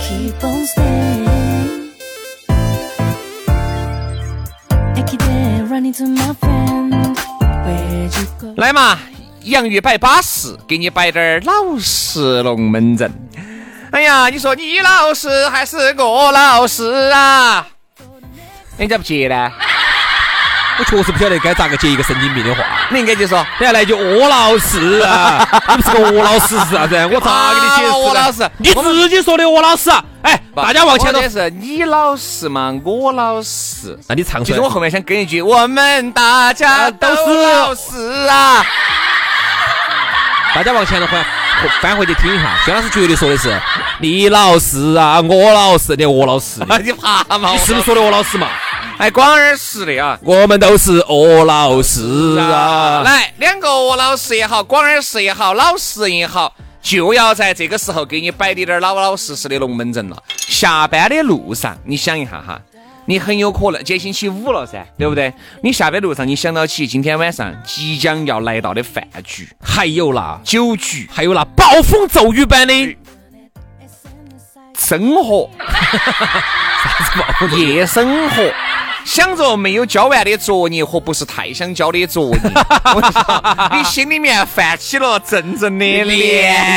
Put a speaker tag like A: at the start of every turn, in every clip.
A: keep on staying. Ekide, run into my friend. Where'd you go?
B: 来嘛，洋芋摆巴适，给你摆点儿老实龙门阵。哎呀，你说你老实还是我老实啊？你咋不接呢？
C: 我确实不晓得该咋个接一个神经病的话。
B: 你应该就说，
C: 等下来就我老师 啊，你不是个我老师是啥子？我咋给你解释
B: 啊
C: 呢？
B: 我老实
C: 你自己说的我老师啊。哎， 大家往前走
B: 我。这是你老实嘛，我老实。
C: 那你唱
B: 其
C: 出
B: 实
C: 来。
B: 我后面想跟一句，我们大
C: 啊
B: 家都是老实 啊。
C: 大家往前头翻翻回去听一下，薛老师绝对说的是你老师啊，我老师的我老师的，
B: 你怕嘛？
C: 你是不是说的我老师嘛？
B: 哎，广而实的啊。
C: 我们都是我老师啊。
B: 来，两个我老实也好，广而实也好，老实也好，就要在这个时候给你摆的点儿老老实实的龙门阵了。下班的路上，你想一下哈，你很有可能今天星期五了噻，对不对？你下班路上，你想到起今天晚上即将要来到的饭局、
C: 还有啦，
B: 酒局、
C: 还有啦，暴风骤雨般
B: 哎
C: 的
B: 生 活、夜生活。想着没有交完的作业和不是太想交的作 业，我操！你心里面泛起了阵阵的涟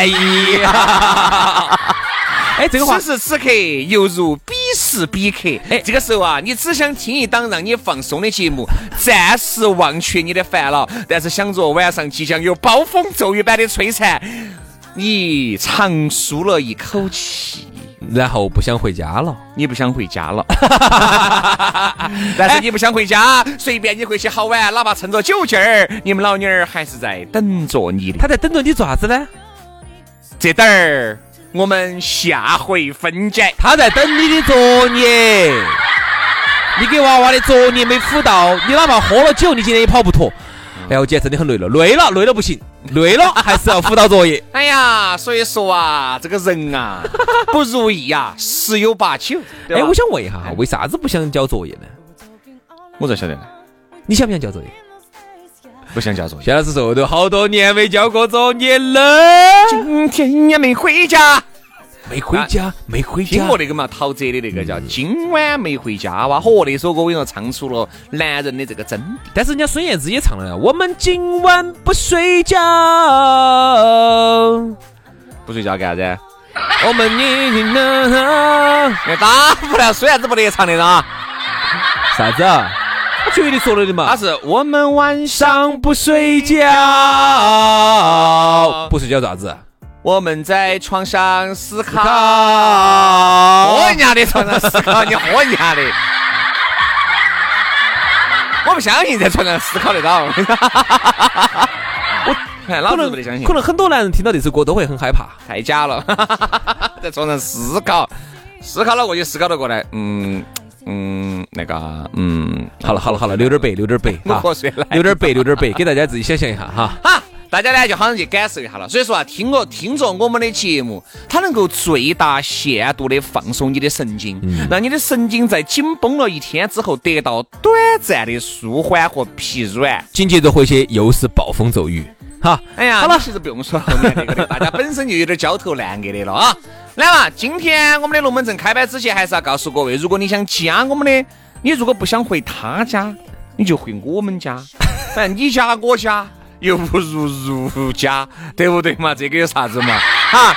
B: 漪。
C: 哎，这个话
B: 此时此刻犹如彼时彼刻。哎，这个时候啊，你只想听一档让你放松的节目，暂时忘却你的烦恼，但是想着晚上即将有暴风骤雨般的摧残，你长舒了一口气。
C: 然后不想回家了。
B: 你不想回家 了，但是你不想回家，随便你回去好啊晚，哪怕趁着酒劲儿，你们老娘儿还是在等着你的。
C: 他在等着你做啥子呢？
B: 这点儿，我们下回分解。
C: 他在等你的作业。你给娃娃的作业没辅到，你哪怕喝了酒，你今天也跑不脱。哎呀，我今天真的很累了，累了，累了不行，累了 还是要辅导作 业。
B: 哎呀，所以说啊，这个人 啊，不如意啊，十有八九。对吧
C: 哎，我想问一下哈，为啥子不想交作业呢？
B: 我咋晓得呢？
C: 你想不想交作业？
B: 不想交作业。
C: 薛老师说都好多年没交过作业了，啊
B: 今天也没回家。
C: 没回家，没回
B: 听
C: 家
B: 过。那个嘛，陶喆的那个叫《今晚没回家》哇，嚯，那首歌我跟你说，唱出了男人的这个真谛。
C: 但是人家孙燕姿也唱了，我们今晚不睡 觉，
B: 不睡觉干啥子？
C: 我们一起呢
B: 那打不了，虽然子不得唱的啊，
C: 啥子啊？我绝对说了的嘛。
B: 他是我们晚上，
C: 上不睡觉，哦不睡觉咋子？
B: 我们在床上思考，喝
C: 啊
B: 人！家的床上思考，你喝人家的。我不相信在床上思考得 到，我哎看老
C: 可能
B: 子啊不得相信
C: 可，能很多男人听到这首歌都会很害怕。
B: 太假了， 在床上思考，思考了过去，思考了过来，嗯嗯，那个嗯，
C: 好了好了好了，留点白，留点白
B: 我
C: 哈
B: 喝水了，
C: 留点白，留点白，给大家自己想象一下哈。
B: 哈，大家呢就好像去感受一下了。所以说啊，听我听着我们的节目，它能够最大限度的放松你的神经，让你的神经在紧绷了一天之后得到短暂的舒缓和疲软。
C: 紧接着回去又是暴风骤雨，哈。
B: 哎呀，
C: 好了
B: 你其实不用说后面那个的，大家本身就有点焦头烂额的了啊。 来嘛，今天我们的龙门阵开摆之前，还是要告诉各位，如果你想加我们的，你如果不想回他家，你就回我们家， 反正你家我家又不如如家，对不对嘛？这 个有啥子嘛？哈，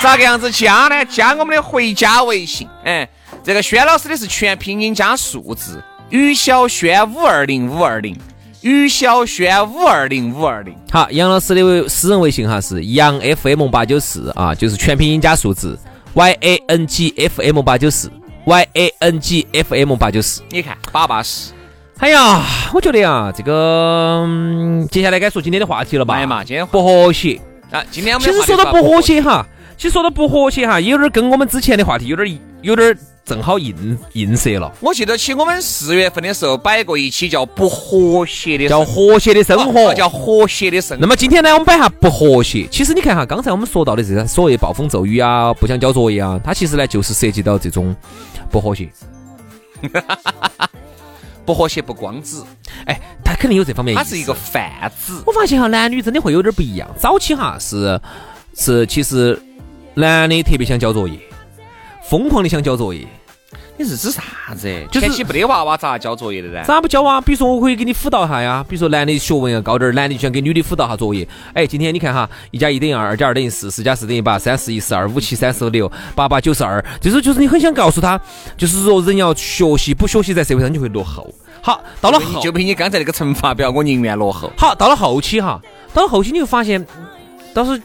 B: 咋个样子加呢？加我们的回家微信，哎。这个轩老师的是全拼音加数字，于小轩五二零五二零，于小轩五二零五二零。
C: 好，杨老师的微私人微信哈是杨 FM 八九四啊，就是全拼音加数字 Y A N G F M 八九四 Y A N G F M 八九四。
B: 你看，巴巴适。
C: 哎呀，我觉得呀，这个、嗯接下来该说今天的话题了吧？
B: 哎呀妈，今天
C: 不和谐。
B: 啊，今天我们
C: 其实说到不和，谐哈，其实说到不和谐哈，有点跟我们之前的话题有点有点正好映映射了，
B: 我记得起我们四月份的时候摆过一期叫不和谐的
C: 叫
B: 生
C: 和谐的生活。
B: 啊叫和谐的生
C: 那
B: 活。
C: 么今天呢，我们摆下不和谐。其实你看哈，刚才我们说到的这些所谓暴风骤雨啊，不想交作业啊，它其实呢就是涉及到这种不和谐。
B: 不和谐不光指，
C: 哎，它肯定有这方面意
B: 它
C: 思。
B: 是一个泛指。
C: 我发现哈，男女真的会有点不一样。早期哈是是，其实男的特别想交作业，疯狂的想交作业。
B: 你是指啥子？
C: 就是
B: 前期没得娃娃咋交作业的呢？
C: 咋不交啊？比如说我可以给你辅导一下呀，比如说男的学问要高点儿，男的就想给女的辅导下作业。哎，今天你看哈，一加一等于二，二加二等于四，四加四等于八，三四一十二，五七三十六，八八九十二。这时候就是你很想告诉他，就是说人要学习，不学习在社会上就会落后。好，到了
B: 就
C: 后
B: 凭就凭你刚才那个乘法表，我宁愿落后。
C: 好，到了后期哈，到了后期你会发现，当时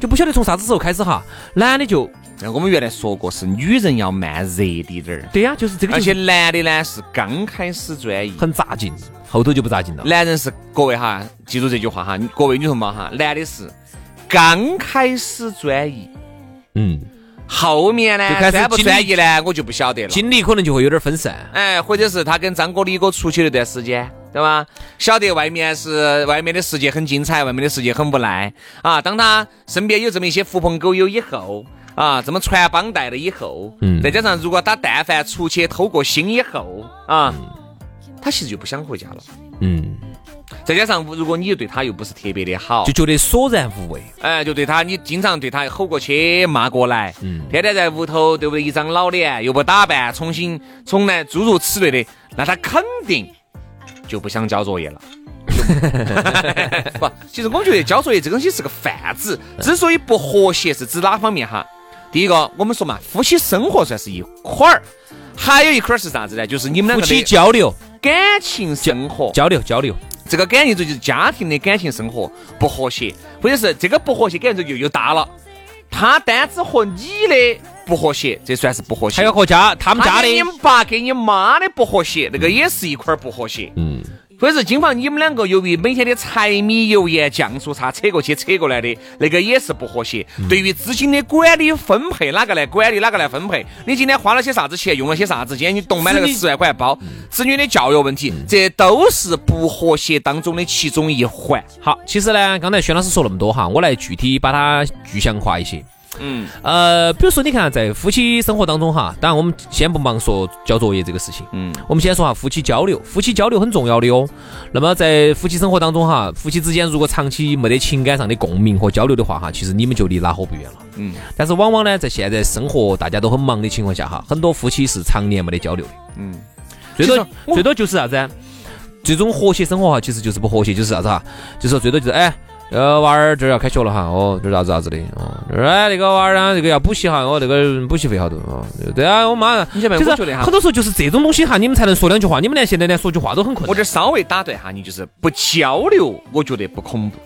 C: 就不晓得从啥子时候开始哈，男的就
B: 那我们原来说过，是女人要慢热滴点儿，
C: 对呀、就是这个
B: 而
C: 就
B: 且
C: 是
B: 男的呢是刚开始专一。
C: 很扎劲，后头就不扎劲了。
B: 男人是各位哈，记住这句话哈，各位女同胞哈，男的是刚开始专一，
C: 嗯，
B: 后面呢
C: 就开始
B: 专不
C: 经历
B: 专一呢，我就不晓得了。
C: 精力可能就会有点分散。
B: 哎，或者是他跟张哥、李哥出去那段时间，对吧？晓得外面是外面的世界很精彩，外面的世界很无奈啊。当他身边有这么一些狐朋狗友以后。啊，这么传帮带的以后，
C: 嗯
B: 再加上如果他但凡出去偷过腥以后，啊，他其实就不想回家了。
C: 嗯。
B: 再加上如果你对他又不是特别的好
C: 就，觉得索然无味。
B: 哎，就对他，你经常对他吼过去、骂过来，
C: 嗯
B: 天天在屋头，对不对？一张老脸又不打扮，重新重来，诸如此类的，那他肯定就不想交 作业了。不，其实我觉得交作业这个东西是个泛指，
C: 嗯
B: 之所以不和谐是指哪方面哈？第一个，我们说嘛，夫妻生活算是一块儿，还有一块儿是啥子呢？就是你们两
C: 夫
B: 个
C: 妻
B: 的
C: 交流，
B: 感情生活。
C: 交流，交流。
B: 这个感情就是家庭的感情生活不和谐，或者是这个不和谐感觉就又大了。他单只和你的不和谐，这算是不和谐。
C: 还有和家他们家
B: 他
C: 的
B: 跟，你爸跟你妈的不和谐，那个也是一块儿不和谐。
C: 嗯，
B: 或者是今房你们两个由于每天的柴米油盐酱醋茶扯过去扯过来的，那个也是不和谐。
C: 嗯
B: 对于资金的管理分配，哪个来管理，哪个来分配？你今天花了些啥子钱，用了些啥子？今天你动买了个
C: 子女
B: 十万块包，
C: 嗯
B: 子女的教育问题，这都是不和谐当中的其中一环。
C: 好。其实呢，刚才轩老师说那么多哈，我来具体把它具象化一些。
B: 嗯，
C: 呃，比如说你看，在夫妻生活当中哈，当然我们先不忙说交作业这个事情，
B: 嗯，
C: 我们先说哈夫妻交流，夫妻交流很重要的哦。那么在夫妻生活当中哈，夫妻之间如果长期没得情感上的共鸣和交流的话哈，其实你们就离拉火不远了。
B: 嗯，
C: 但是往往呢，在现在生活大家都很忙的情况下哈，很多夫妻是常年没得交流的。
B: 嗯，
C: 最
B: 其
C: 多
B: 实我
C: 最多就是啥子啊？这种和谐生活哈，其实就是不和谐，就是啥子哈？就是说最多就是哎。呃，娃儿这儿要开学了哈，哦，这儿啥子啥子的，哦，这儿哎那个娃儿啊，这个要补习哈，哦，那个补习费好多哦，对啊，我妈，
B: 你晓得
C: 就
B: 吗
C: 是
B: 我觉得哈
C: 很多时候就是这种东西哈，你们才能说两句话，你们连现在连说句话都很困
B: 我
C: 难。
B: 这稍微打断一下你，就是不交流，我觉得不恐怖。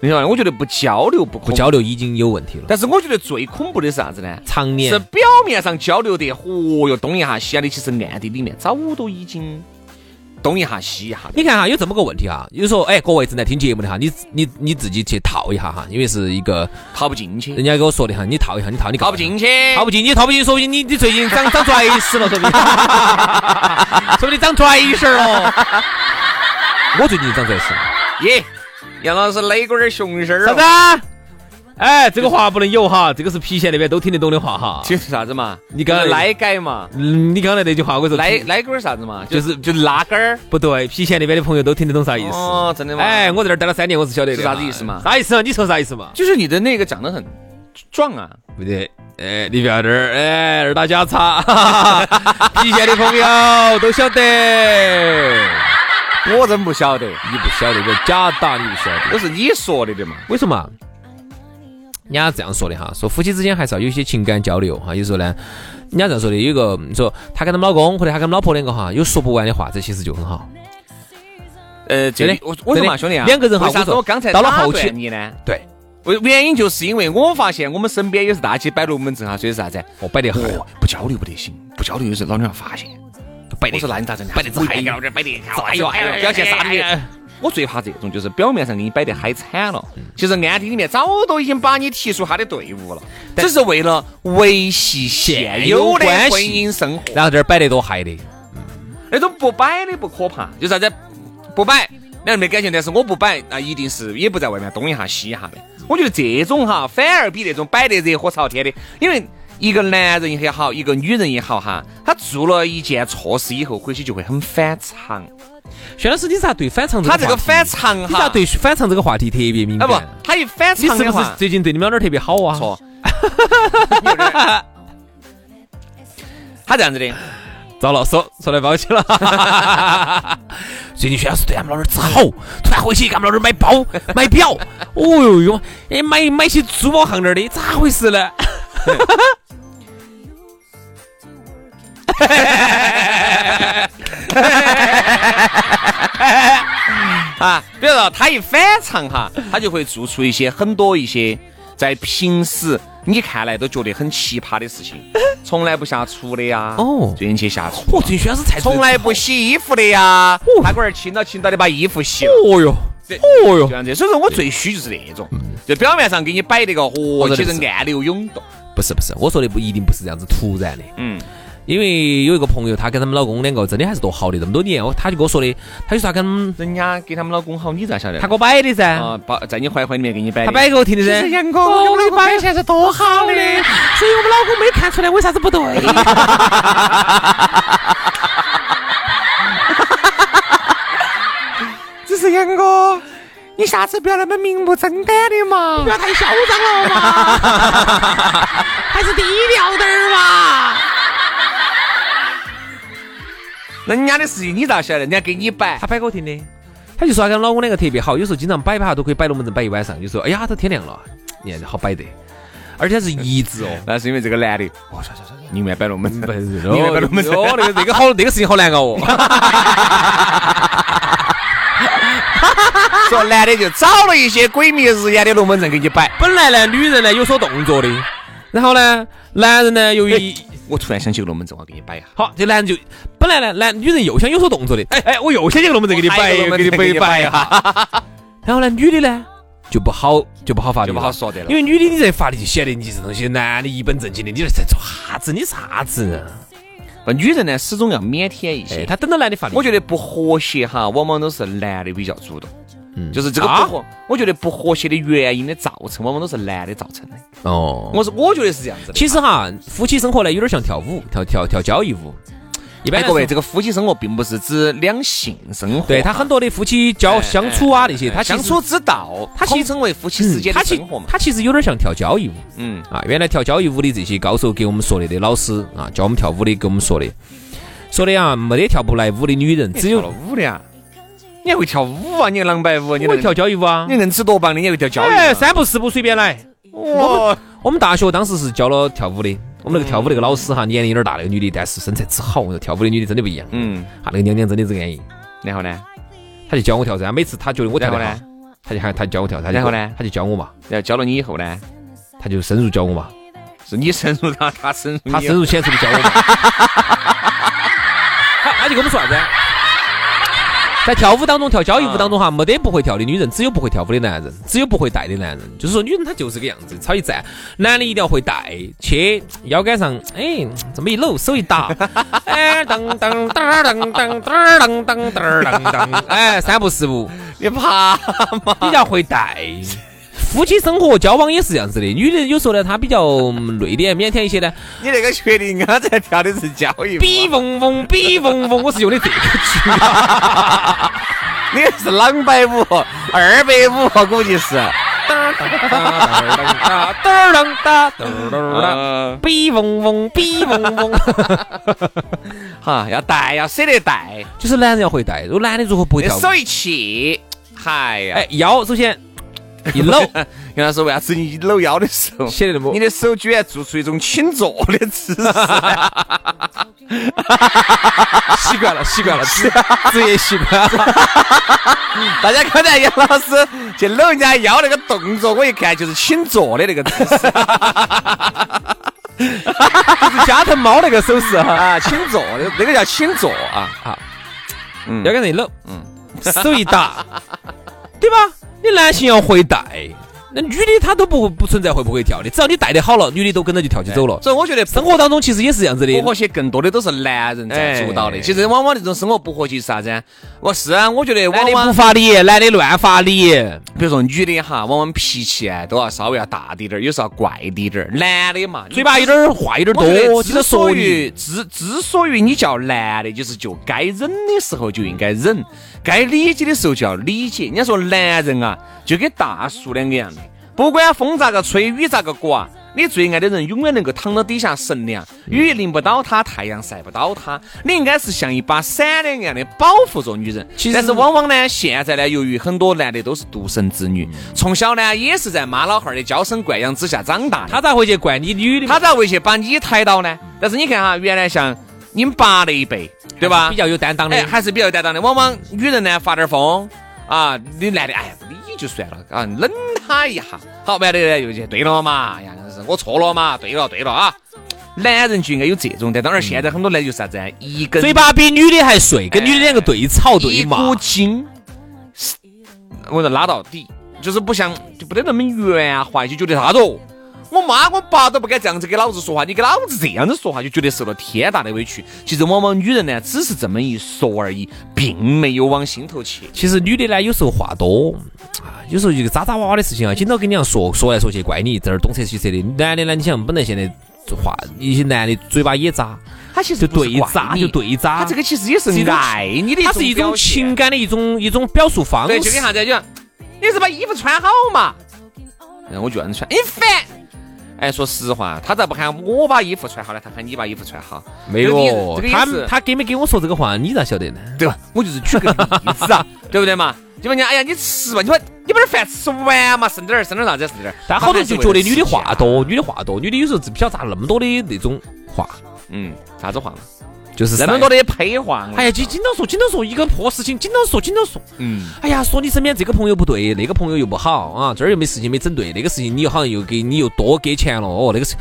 B: 你晓得吗？我觉得不交流不恐
C: 不
B: 怖，
C: 交流已经有问题了，
B: 但是我觉得最恐怖的是啥子呢？
C: 常年
B: 是表面上交流的，嚯哟，东一下西一下的，其实暗地里面早都已经东一下西一下的。
C: 你看哈，有这么个问题哈，有时候哎，各位正在听节目的哈，你你你自己去套一下哈，因为是一个
B: 套不进去
C: 人，家给我说的哈，你套一下，你套你搞
B: 套不进去，
C: 套不进去，套不进去，说不定你你最近长长拽死了，说不定， 说不定长拽丝儿哦。我最近长拽丝，
B: 耶！杨老师勒个儿熊心儿
C: 啥
B: 哦
C: 子？啊？哎，这个话不能有哈，这个是郫县那边都听得懂的话哈。
B: 就是啥子嘛？
C: 你刚才
B: 来改嘛？
C: 嗯，你刚才那句话我说
B: 来来个儿啥子嘛？
C: 就是
B: 就拉杆儿。
C: 不对，郫县那边的朋友都听得懂啥意思。
B: 哦，真的吗？
C: 哎，我在这儿待了三年，我是晓得的。
B: 是啥子意思嘛
C: 啥意思嘛？你说啥意思嘛？
B: 就是你的那个长得很壮啊。
C: 不对，哎，你不要这儿，哎，二打假叉， 郫县的朋友都晓得。
B: 我真不晓得，
C: 你不晓得，我假打你不晓得。
B: 都是你说的的嘛。
C: 为什么？人家这样说的哈，说夫妻之间还是要有一些情感交流哈。有时候呢，人家这样说的，有一个说她跟她们老公或者她跟她们老婆两个哈，有说不完的话，这其实就很好。
B: 呃，这
C: 真
B: 里
C: 的
B: 我我说嘛，
C: 真
B: 兄
C: 的
B: 弟啊，
C: 两个人哈
B: 为啥
C: 我
B: 子
C: 说
B: 我刚才
C: 到了
B: 打
C: 后
B: 断
C: 期
B: 你呢？
C: 对，
B: 为原因就是因为我发现我们身边也是大起摆龙门阵哈，啊所以是啥子？
C: 我摆得很，
B: 哦，不交流不得行，不交流有时候老娘要发现。
C: 摆
B: 我
C: 得
B: 说那你咋整？
C: 摆得
B: 这
C: 这嗨
B: 嗨
C: 呀
B: 呀，，这摆得，哎呦哎呦，表现啥
C: 哎
B: 的？我最怕这种，就是表面上给你摆得嗨惨了，其实暗地里面早都已经把你踢出他的队伍了，只是为了维系现有的婚姻生活。
C: 然后这儿摆得多嗨的，
B: 那种不摆的不可怕，就啥子不摆，两人没感情，但是我不摆，那一定是也不在外面东一下西一下的。我觉得这种哈，反而比那种摆得热火朝天的，因为一个男人也好，一个女人也好哈，他做了一件错事以后，回去就会很反常。
C: 薛老师，你咋对反常
B: 他这
C: 话
B: 个
C: 题
B: 反常
C: 你咋
B: 哈，
C: 对反常这个话题特别敏
B: 啊
C: 感？
B: 不，他一反
C: 你
B: 常
C: 是
B: 的
C: 不是
B: 话，
C: 最近对你们老点儿特别好啊？
B: 错， 你有点儿他这样子的，
C: 糟了，说说来包起了。 最近薛老师对俺们老点儿好，突然回去给俺们老点儿买包、买表，哦呦呦，哎买买些珠宝项链儿的，咋回事呢？
B: 啊，比如说他一反常哈，他就会做出一些很多一些在平时你看来都觉得很奇葩的事 情，从来不下厨的呀，
C: 哦
B: 最近去下厨
C: 我
B: 了，
C: 最近薛老师菜做得
B: 从来不洗衣服的呀，他龟儿轻到轻到的把衣服洗了。
C: 哦哟，哦
B: 就
C: 哟，
B: 像这，所以说我最虚就是那种，就表面上给你摆那个，哦，其实暗流涌动。
C: 不是不是，我说的不一定不是这样子突然的。
B: 嗯，
C: 因为有一个朋友，她跟他们老公两个真的还是多好的，这么多年，我她就跟我说的，她就说她跟
B: 人家给他们老公好，你咋晓得？
C: 她给我摆的噻，
B: 啊，把在你怀怀里面给你摆的。
C: 她摆给我听的噻。
B: 阳光，我们摆现在多好
C: 所
B: 的。
C: 以我们老公没看出来为啥子不 对。
B: 只是杨哥，你下次不要那么明目张胆的嘛。
C: 太嚣张了嘛，还是低调点儿嘛。
B: 人家的事情你咋晓得？人家给你 摆
C: 她，摆给我听的，她就说她跟老公两个特别好，有时候经常摆吧都可以摆龙门阵摆一晚上，就说哎呀都天亮了，你看这好摆得，而且是一 致哦。
B: 哦那是因为这个男的。我说说说，你们摆龙门阵，
C: 哦
B: 你们摆龙门阵。
C: 哦，那个那个好，那个事情好难熬哦。
B: 说男的就找了一些鬼迷日眼的龙门阵给你摆。
C: 本来呢，女人呢有所动作的，然后呢，男人呢由于
B: 我突然想起个龙门阵，我要给你摆一下。
C: 好，这男人就本来呢，男女人又想有所动作的，哎哎，我又想这个龙门阵给你摆，
B: 我还有个龙门
C: 给你
B: 阵
C: 摆
B: 给
C: 一
B: 你摆
C: 摆
B: 一
C: 哈。然后呢，女的呢就不好就不好发力，
B: 就不好说的了
C: 因为女的你这发力就显得你这东西，男的一本正经的，你这在做啥子？你啥子人啊？
B: 不，女人呢始终要腼腆一
C: 哎，
B: 些。
C: 他等到男的发力，
B: 我觉得不和谐哈，往往都是男的比较主动。
C: 嗯
B: 就是这个
C: 啊
B: 不和，我觉得不和谐的原因的造成，往往都是男的造成的。
C: 哦，
B: 我是我觉得是这样子的。
C: 其实哈，夫妻生活呢有点像跳舞，跳跳跳交谊舞。一般
B: 哎，
C: 来
B: 各位，
C: 说
B: 这个夫妻生活并不是指两性生活，
C: 对他很多的夫妻交相处啊那些，他其实
B: 哎相处之道，
C: 他其
B: 统
C: 实
B: 称为夫妻之间
C: 嗯他
B: 的
C: 其
B: 生活嘛。
C: 他其实有点像跳交谊舞。
B: 嗯，
C: 啊，原来跳交谊舞的这些高手给我们说的的老师啊，教我们跳舞的给我们说的，说的啊，没得跳不来舞的女人，只
B: 跳了
C: 有
B: 舞的呀，你还会跳舞啊？你还狼狈舞，你
C: 我
B: 能
C: 会跳，交谊舞啊
B: 你。能吃多棒的，你还会跳交谊
C: 哎，
B: 啊。
C: 三步四步随便来。
B: 哇，
C: 我们大学当时是教了跳舞的，我们那个跳舞那个老师哈，年龄有点大，那个女的，但是身材之好，我说跳舞的女的真的不一样。
B: 嗯，
C: 她那个娘娘真的是安逸，
B: 然后呢？
C: 她
B: 她
C: 就教我跳噻。每次她觉得我跳得
B: 然
C: 好
B: 后呢，
C: 她就喊她就教我跳，她就
B: 然后呢
C: 她就教我嘛，
B: 然后教了你以后呢？
C: 她就深入教我嘛，
B: 是你深入他，他深入你
C: 她深入浅出的教我 嘛。她她就跟我们说啥子？在跳舞当中，跳交谊舞当中哈，没得不会跳的女人，只有不会跳舞的男人，只有不会带的男人。就是说，女人她就是这个样子，超一站，男的一定要会带，切腰杆上，哎，这么一搂，手一搭，哎，噔噔噔噔噔噔噔噔噔噔，哎，三步四步，
B: 你怕？
C: 比较会带。夫妻生活交往也是这样子的，女人有时候呢，她比较嗯内敛、腼腆一些呢，
B: 你那个确定刚才跳的是交谊舞啊？
C: 比嗡嗡，比嗡嗡，我是用的这个句啊。
B: 你那是狼狈舞，二百舞我估计是。
C: 哒哒噔哒噔噔噔，
B: 嗯
C: 逼嗡嗡逼嗡嗡，
B: 哈，要带，要舍得带，
C: 哎就是男人要会带，如果男的如何不会
B: 那
C: 跳舞？啊
B: 手一起，嗨呀，
C: 哎，腰首先一搂，
B: 杨老师，为啥子你搂腰的时候，
C: 显得那么
B: 你的手居然做出一种倾坐的姿 势？
C: 习惯了，习惯了，职职业习惯。
B: 大家看到杨老师去搂人家腰那个动作，我一看就是倾坐的那个姿势
C: 就是加藤猫那个手势哈，
B: 啊，倾坐的那个叫倾坐啊。
C: 要跟人一搂，手一搭，对吧？你男性要会带，那女的她都不不存在会不会跳的，只要你带的好了，女的都跟着就跳起走了。
B: 所以我觉得
C: 生活当中其实也是这样子的
B: 不，和谐更多的都是男人在主导的。
C: 哎
B: 其实往往这种生活不和谐是啥子啊？我是啊，我觉得
C: 男
B: 往
C: 的
B: 往
C: 不发力，男的乱发力，
B: 比如说女的哈，往往脾气啊都要稍微要大滴点儿，有时候要怪滴点儿。男的嘛，
C: 嘴巴有点儿话有点
B: 我觉得
C: 儿多，经常
B: 之所
C: 说
B: 以
C: 你。
B: 之之所以你叫男的，就是就该忍的时候就应该忍，该理解的时候就要理解。人家说男人啊，就跟大树两个样的，不管风咋个吹，雨咋个刮。你最爱的人永远能够躺到底下乘凉，
C: 嗯
B: 雨淋不到他，太阳晒不到他。你应该是像一把伞两样的保护着女人。
C: 其实
B: 但是往往呢，现在呢，由于很多男的都是独生子女，
C: 嗯
B: 从小呢也是在妈老汉儿的娇生惯养之下长大的。
C: 他咋会去怪你女的嘛？
B: 他咋会去把你抬到
C: 嗯
B: 呢？但是你看哈，原来像你们爸那一辈，对吧？
C: 比较有担当的
B: 哎，，还是比较担当的。往往女人呢发点风啊，你男的哎不理就算了啊，冷他一下，好完了呢又去对了嘛，哎呀，是我错了嘛，对了对了啊。男人就应该有这种担当，而现在很多男人就是啥子啊，一
C: 嗯
B: 根
C: 嘴巴比女的还碎，跟女的两个对吵对
B: 哎一
C: 骂。
B: 股筋，我说拉到底，就是不像就不得那么圆滑，就觉得啥子哦。我妈我爸都不敢这样子给老子说话，你给老子这样子说话，就觉得受了天大的委屈。其实往往女人呢，只是这么一说而已，并没有往心头去。
C: 其实女的呢，有时候话多，啊，有时候一个渣渣哇哇的事情啊，经常跟你这样说说来说去，怪你这儿东扯西扯的。男的呢，你想本来现在话，一些男的嘴巴也渣，
B: 他其
C: 就
B: 实不是
C: 对
B: 怪
C: 渣
B: 你
C: 就，对渣。
B: 他这个其实也是
C: 是一种
B: 爱你的
C: 它是一种
B: 表现
C: 情，感的一种一种表述方
B: 对，
C: 式。
B: 就跟啥子就，你是把衣服穿好嘛，然嗯后我就让你穿，你烦。哎，说实话，他咋不喊我把衣服穿好呢？他喊你把衣服穿好。
C: 没
B: 有
C: 有
B: 这个意思
C: 他他给没给我说这个话，你咋晓得呢？
B: 对吧？我就是举个例子 啊，对不对嘛？就问人家，哎呀，你吃吧，你把你把这饭吃完嘛，剩点儿，剩点儿啥子，剩点儿。
C: 但好多人就觉得女的话
B: 他还是为了吃
C: 多，
B: 啊
C: 女的话多，女的有时候不晓得咋那么多的那种话，
B: 钱，嗯，啥子话嘛？
C: 就是
B: 那么多。的配话，
C: 哎呀，就经常说，经常说一个破事情，经常说，经常说。
B: 嗯，
C: 哎呀，说你身边这个朋友不对，那个朋友又不好啊，这儿又没事情没整对，那个事情你又好像又给你又多给钱了哦，那个事。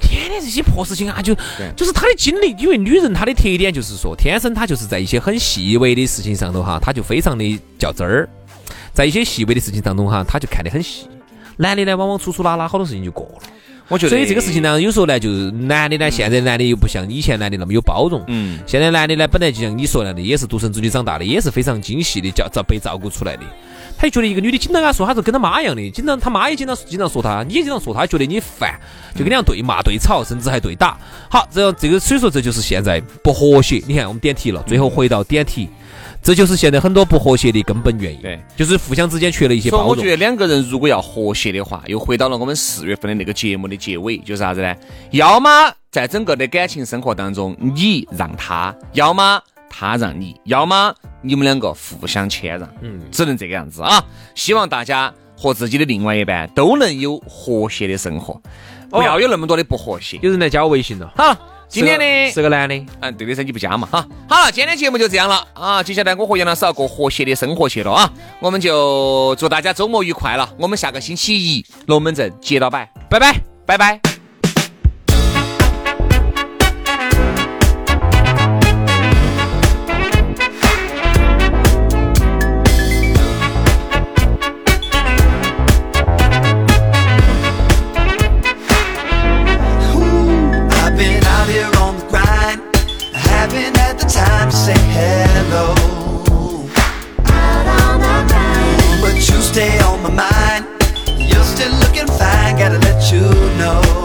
C: 天天这些破事情啊，就就是她的经历，因为女人她的特点就是说，天生她就是在一些很细微的事情上头哈，她就非常的较真儿，在一些细微的事情当中哈，她就看得很细。男的呢，往往粗粗拉拉，好多事情就过了。
B: 我觉得
C: 所以这个事情，呢，有时候呢，就是男的呢，现在男的又不像以前男的那么有包容，
B: 嗯，
C: 现在男的呢，本来就像你说的那样的，也是独生子女长大的，也是非常精细的照照被照顾出来的。他就觉得一个女的经常跟他说，他是跟他妈一样的，经常他妈也经常经常说他，你也经常说他，觉得你烦，就跟你这样对骂、对吵，甚至还对打。好，这这个所以说这就是现在不和谐。你看我们点题了，最后回到点题，这就是现在很多不和谐的根本原因，
B: 对，
C: 就是互相之间缺了一些
B: 所以
C: 包
B: 我
C: 容
B: 觉。得两个人如果要和谐的话，又回到了我们四月份的那个节目的结尾，就是啥子呢？要么在整个的感情生活当中，你让他，要么他让你，要么你们两个互相谦让，嗯，只能这个样子啊。希望大家和自己的另外一半都能有和谐的生活，
C: 哦
B: 不要有那么多的不和谐。
C: 有人来加我微信了，
B: 好了，今天
C: 是个
B: 的
C: 是。个男的，
B: 嗯，对的噻，你不加嘛哈。好了，今天节目就这样了啊。接下来我和杨老师要过和谐的生活去了啊。我们就祝大家周末愉快了。我们下个星期一龙门阵接到摆，拜拜，拜拜。
D: I've been out here on the grind. I haven't had the time to say hello. But you stay on my mind. You're still looking fine, gotta let you know.